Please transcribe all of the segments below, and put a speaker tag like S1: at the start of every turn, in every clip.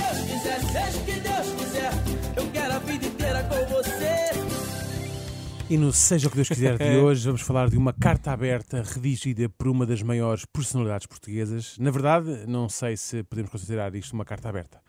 S1: Seja o que Deus quiser, eu quero a vida inteira com você.
S2: E no Seja o que Deus quiser de hoje, vamos falar de uma carta aberta redigida por uma das maiores personalidades portuguesas. Na verdade, não sei se podemos considerar isto uma carta aberta.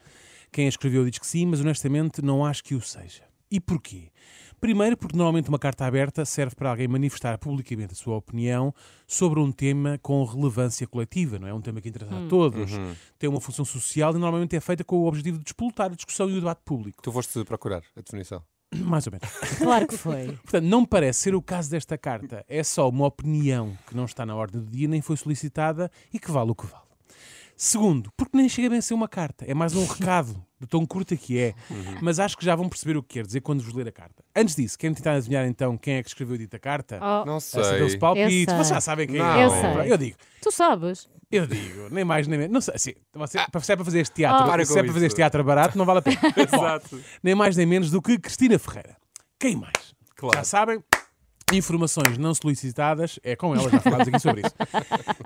S2: Quem a escreveu diz que sim, mas honestamente não acho que o seja. E porquê? Primeiro, porque normalmente uma carta aberta serve para alguém manifestar publicamente a sua opinião sobre um tema com relevância coletiva, não é? Um tema que interessa a todos, tem uma função social e normalmente é feita com o objetivo de despolutar a discussão e o debate público.
S3: Tu foste procurar a definição.
S2: Mais ou menos.
S4: Claro que foi.
S2: Portanto, não me parece ser o caso desta carta. É só uma opinião que não está na ordem do dia, nem foi solicitada e que vale o que vale. Segundo, porque nem chega bem a ser uma carta. É mais um recado, de tão curta que é.
S3: Uhum.
S2: Mas acho que já vão perceber o que quer dizer quando vos ler a carta. Antes disso, querem tentar adivinhar então quem é que escreveu a dita carta?
S4: Oh,
S3: Não
S2: Ah, Essa
S3: sei.
S2: deles palpites.
S4: Eu sei.
S2: Vocês já sabem quem
S3: Não.
S2: é.
S4: Eu sei.
S2: Eu digo,
S4: tu sabes?
S2: eu digo, nem mais nem menos. Não sei, assim, você, se é para fazer este teatro,
S3: Ah. Para
S2: se é
S3: com
S2: para fazer
S3: isso.
S2: este teatro barato, não vale a pena.
S3: Exato.
S2: nem mais nem menos do que Cristina Ferreira. Quem mais?
S3: Claro.
S2: Já sabem, informações não solicitadas é com elas, já falámos aqui sobre isso.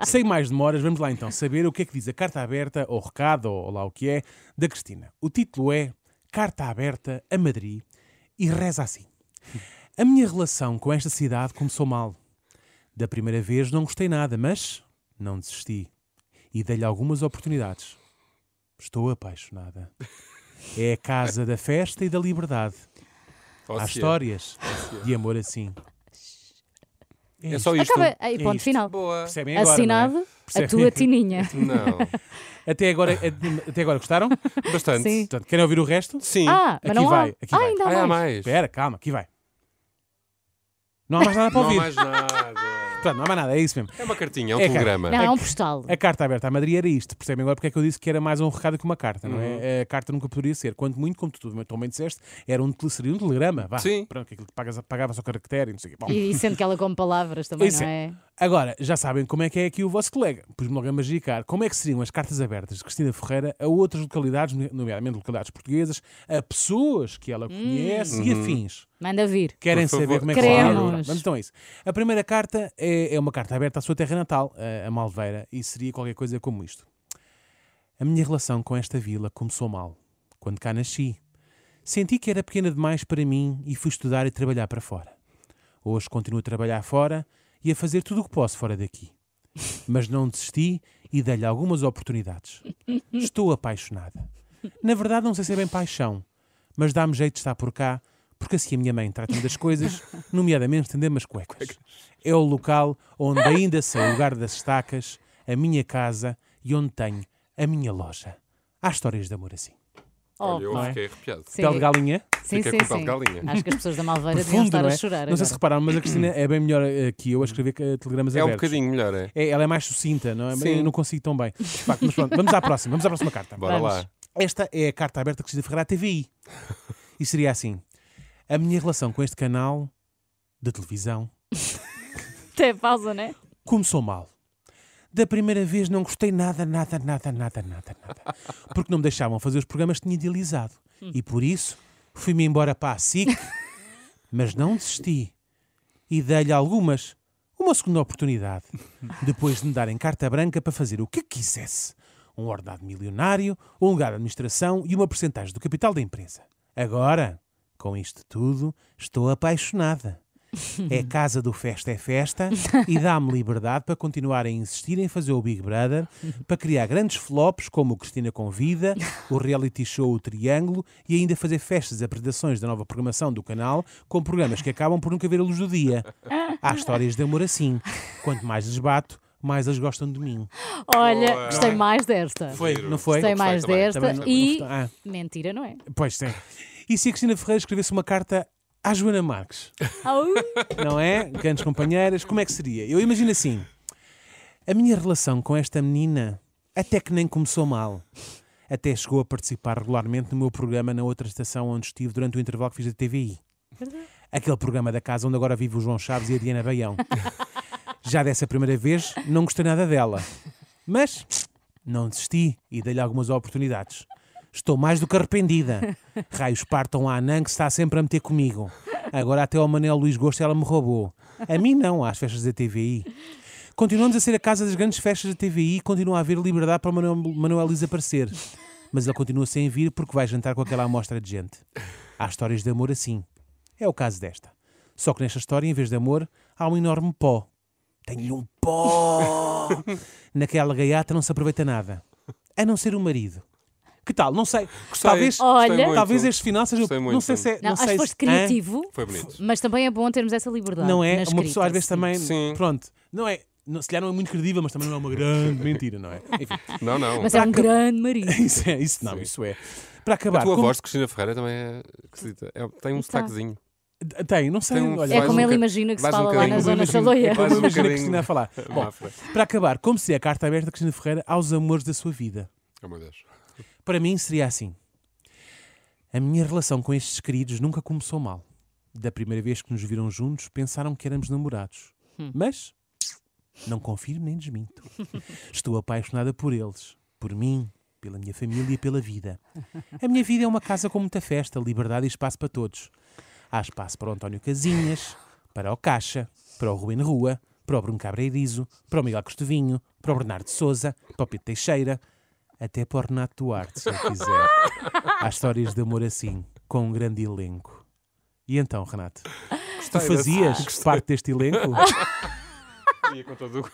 S2: Sem mais demoras, vamos lá então saber o que é que diz a carta aberta, ou recado, ou lá o que é, da Cristina. O título é Carta Aberta a Madrid e reza assim: A minha relação com esta cidade começou mal. Da primeira vez não gostei nada, mas não desisti e dei-lhe algumas oportunidades. Estou apaixonada. É a casa da festa e da liberdade.
S3: Ou
S2: Há
S3: se é.
S2: histórias de amor assim.
S3: É só isto.
S4: Acaba aí,
S2: É
S4: ponto
S2: isto.
S4: final.
S3: Boa.
S2: Percebem agora,
S4: Assinado
S2: não é?
S4: a
S2: Percebem?
S4: tua tininha.
S3: Não.
S2: Até agora, é até agora gostaram?
S3: Bastante.
S4: Sim.
S2: Portanto, querem ouvir o resto?
S3: Sim.
S4: Ah, mas
S2: Aqui
S4: não
S2: vai,
S4: há.
S2: aqui
S4: ah,
S2: vai.
S4: ainda
S3: Ah, há
S4: há mais.
S3: mais.
S2: Espera, calma, aqui vai. Não há mais nada para
S3: Não há
S2: ouvir.
S3: mais nada.
S2: Portanto, não há mais nada, é isso mesmo.
S3: É uma cartinha, é um
S2: É, cara.
S3: telegrama.
S4: Não, é um postal.
S2: A carta aberta à Madrid era isto. Percebem agora porque é que eu disse que era mais um recado que uma carta, não
S3: Uhum.
S2: é? A carta nunca poderia ser. Quanto muito, como tu também disseste, era um, tele- seria um telegrama. Vá.
S3: Sim.
S2: Pronto, que aquilo que pagas- pagava só caractere e não sei o quê. Bom.
S4: E e sendo que ela come palavras também,
S2: Isso
S4: não
S2: é.
S4: é?
S2: Agora, já sabem como é que é aqui o vosso colega. Pus-me logo a magicar. Como é que seriam as cartas abertas de Cristina Ferreira a outras localidades, nomeadamente localidades portuguesas, a pessoas que ela conhece e afins?
S4: Manda vir.
S2: Querem
S3: Por favor.
S2: saber como é que
S4: Queremos.
S2: funciona? Vamos então a isso. A primeira carta é, é uma carta aberta à sua terra natal, a, a Malveira, e seria qualquer coisa como isto. A minha relação com esta vila começou mal, quando cá nasci. Senti que era pequena demais para mim e fui estudar e trabalhar para fora. Hoje continuo a trabalhar fora e a fazer tudo o que posso fora daqui. Mas não desisti e dei-lhe algumas oportunidades. Estou apaixonada. Na verdade, não sei se é bem paixão, mas dá-me jeito de estar por cá, porque assim a minha mãe trata-me das coisas, nomeadamente estender-me as cuecas. É o local onde ainda sei o lugar das estacas, a minha casa e onde tenho a minha loja. Há histórias de amor assim.
S4: Oh,
S3: Olha, eu
S2: não é?
S3: fiquei arrepiado.
S4: sim.
S2: Pele de galinha,
S4: Sim,
S3: Fiquei
S4: sim,
S3: com pau de
S4: sim.
S3: galinha.
S4: Acho que as pessoas da Malveira deviam
S2: profundo,
S4: estar
S2: não é?
S4: a chorar.
S2: Não sei se
S4: agora.
S2: repararam, mas a Cristina é bem melhor eh, que eu a escrever eh, telegramas
S3: É um
S2: abertos.
S3: bocadinho melhor, é?
S2: É, ela é mais sucinta, não é?
S3: Sim.
S2: Eu não consigo tão bem. De facto, mas pronto, vamos à próxima, vamos à próxima carta.
S3: Bora
S4: Vamos.
S3: lá.
S2: Esta é a carta aberta que se Ferreira à TVI. E seria assim: a minha relação com este canal de televisão
S4: Até pausa, não é?
S2: começou mal. Da primeira vez não gostei nada, nada, nada, nada, nada, nada. Porque não me deixavam fazer os programas que tinha idealizado. E por isso fui-me embora para a SIC, mas não desisti. E dei-lhe algumas, uma segunda oportunidade. Depois de me darem carta branca para fazer o que quisesse. Um ordenado milionário, um lugar de administração e uma porcentagem do capital da empresa. Agora, com isto tudo, estou apaixonada.
S4: Uhum.
S2: É casa do festa é festa e dá-me liberdade para continuar a insistir em fazer o Big Brother, para criar grandes flops como o Cristina Convida, o reality show O Triângulo e ainda fazer festas e apresentações da nova programação do canal com programas que acabam por nunca ver a luz do dia. Há histórias de amor assim. Quanto mais lhes bato, mais eles gostam de mim.
S4: Olha,
S3: Boa.
S4: gostei mais desta.
S2: Foi,
S3: Giro.
S2: não foi?
S4: Gostei mais
S3: também.
S4: desta
S2: Também não-
S4: e.
S2: não- ah.
S4: Mentira, não é?
S2: Pois sim. E se a Cristina Ferreira escrevesse uma carta à Joana Marques?
S4: Au.
S2: não é? Grandes companheiras, como é que seria? Eu imagino assim: a minha relação com esta menina até que nem começou mal. Até chegou a participar regularmente no meu programa na outra estação onde estive durante o intervalo que fiz da TVI. Aquele programa da casa onde agora vive o João Chaves e a Diana Baião. Já dessa primeira vez, não gostei nada dela. Mas não desisti e dei-lhe algumas oportunidades. Estou mais do que arrependida. Raios partam à Anã que se está sempre a meter comigo. Agora até ao Manel Luís Gosto ela me roubou. A mim não, às festas da TVI. Continuamos a ser a casa das grandes festas da TVI e continua a haver liberdade para o Manuel, Manuel Luís aparecer. mas ele continua sem vir porque vai jantar com aquela amostra de gente. Há histórias de amor assim. É o caso desta. Só que nesta história, em vez de amor, há um enorme pó. Tenho-lhe um pó! Naquela gaiata não se aproveita nada. A não ser o marido. Que tal? Não sei.
S3: Gostei,
S2: talvez
S3: gostei
S4: Olha.
S3: muito.
S2: talvez este final seja. o-
S3: Gostei muito.
S2: Não sei se é.
S4: Não,
S2: sei
S4: acho que
S2: se-
S4: foste
S2: Hã?
S4: criativo,
S3: Foi bonito.
S4: mas também é bom termos essa liberdade.
S2: Não é?
S4: na
S2: uma
S4: escrita,
S2: pessoa às vezes
S4: sim.
S2: também.
S3: Sim.
S2: Pronto. Não é. não- Se calhar não é muito credível, mas também não é uma grande mentira, não é? Enfim,
S3: Não, não.
S4: Mas é um grande marido.
S2: isso, é, isso não,
S3: Sim.
S2: isso é. Para acabar.
S3: A tua
S2: como-
S3: voz de Cristina Ferreira também é esquisita. É- tem um destaquezinho.
S2: Tem, não sei.
S3: Tem um-
S2: olha,
S4: Então tá. É
S3: Vais
S4: como
S3: um
S4: ele
S3: ca-
S4: imagina que se
S3: vais um
S4: fala lá na
S3: bocadinho-
S4: zona
S3: Imagina-
S4: saloia.
S3: Vais
S2: Imagina
S3: um
S2: a
S3: bocadinho-
S2: Cristina a falar. Bom,
S3: Máfra.
S2: para acabar, como seria a carta aberta de Cristina Ferreira aos amores da sua vida?
S3: Oh, meu Deus.
S2: Para mim seria assim. A minha relação com estes queridos nunca começou mal. Da primeira vez que nos viram juntos, pensaram que éramos namorados.
S4: Hum.
S2: Mas não confirmo nem desminto. Estou apaixonada por eles, por mim, pela minha família e pela vida. A minha vida é uma casa com muita festa, liberdade e espaço para todos. Há espaço para o António Casinhas, para o Caixa, para o Ruben Rua, para o Bruno Cabreirizo, para o Miguel Costovinho, para o Bernardo Souza, para o Pedro Teixeira, até para o Renato Duarte, se eu quiser. Há histórias de amor assim, com um grande elenco. E então, Renato, tu
S3: desse-
S2: fazias parte deste elenco?
S3: Ia com todo o-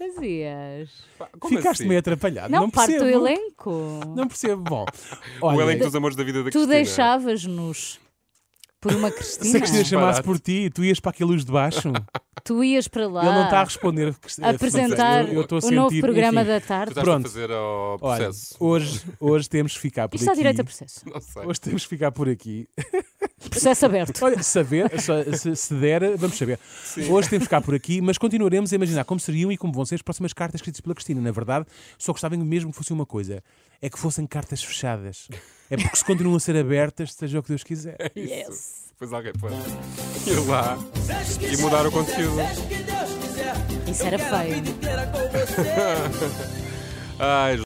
S4: Fazias.
S3: Pá, como
S2: Ficaste
S3: assim?
S2: meio atrapalhado.
S4: Não,
S2: Não,
S4: parte
S2: percebo.
S4: do elenco.
S2: Não percebo. Bom,
S3: O
S2: olha,
S3: elenco dos amores da vida da
S4: Tu
S3: Cristina.
S4: deixavas-nos por uma
S2: se a
S4: Cristina.
S2: Cristina chamasse
S3: é Disparate.
S2: por ti, tu ias para aquela luz de baixo.
S4: Tu ias para lá
S2: Ele não está a responder. Crist-
S4: apresentar
S2: Fernando, eu estou a
S4: o novo
S2: sentir,
S4: programa
S2: enfim.
S4: da
S3: Tu
S4: tarde.
S3: estás
S2: Pronto.
S3: a fazer
S2: Olha,
S3: ao processo.
S2: hoje, hoje temos que ficar por
S4: Isto está
S2: aqui.
S4: direito a processo.
S3: Não sei.
S2: Hoje temos que ficar por aqui.
S4: Processo aberto.
S2: Olha, saber, se, se- se der, vamos saber. Hoje temos que ficar por aqui, mas continuaremos a imaginar como seriam e como vão ser as próximas cartas escritas pela Cristina. Na verdade, só gostava mesmo que fosse uma coisa: é que fossem cartas fechadas. É porque se continuam a ser abertas, seja o que Deus quiser.
S4: Yes.
S3: Depois alguém pode ir lá.
S1: Seja que
S3: E mudar
S1: Deus
S3: o conteúdo.
S1: quiser, seja que Deus quiser,
S4: Isso
S1: eu
S4: era
S1: quero a
S4: feio.
S1: vida inteira com você.
S3: Ai,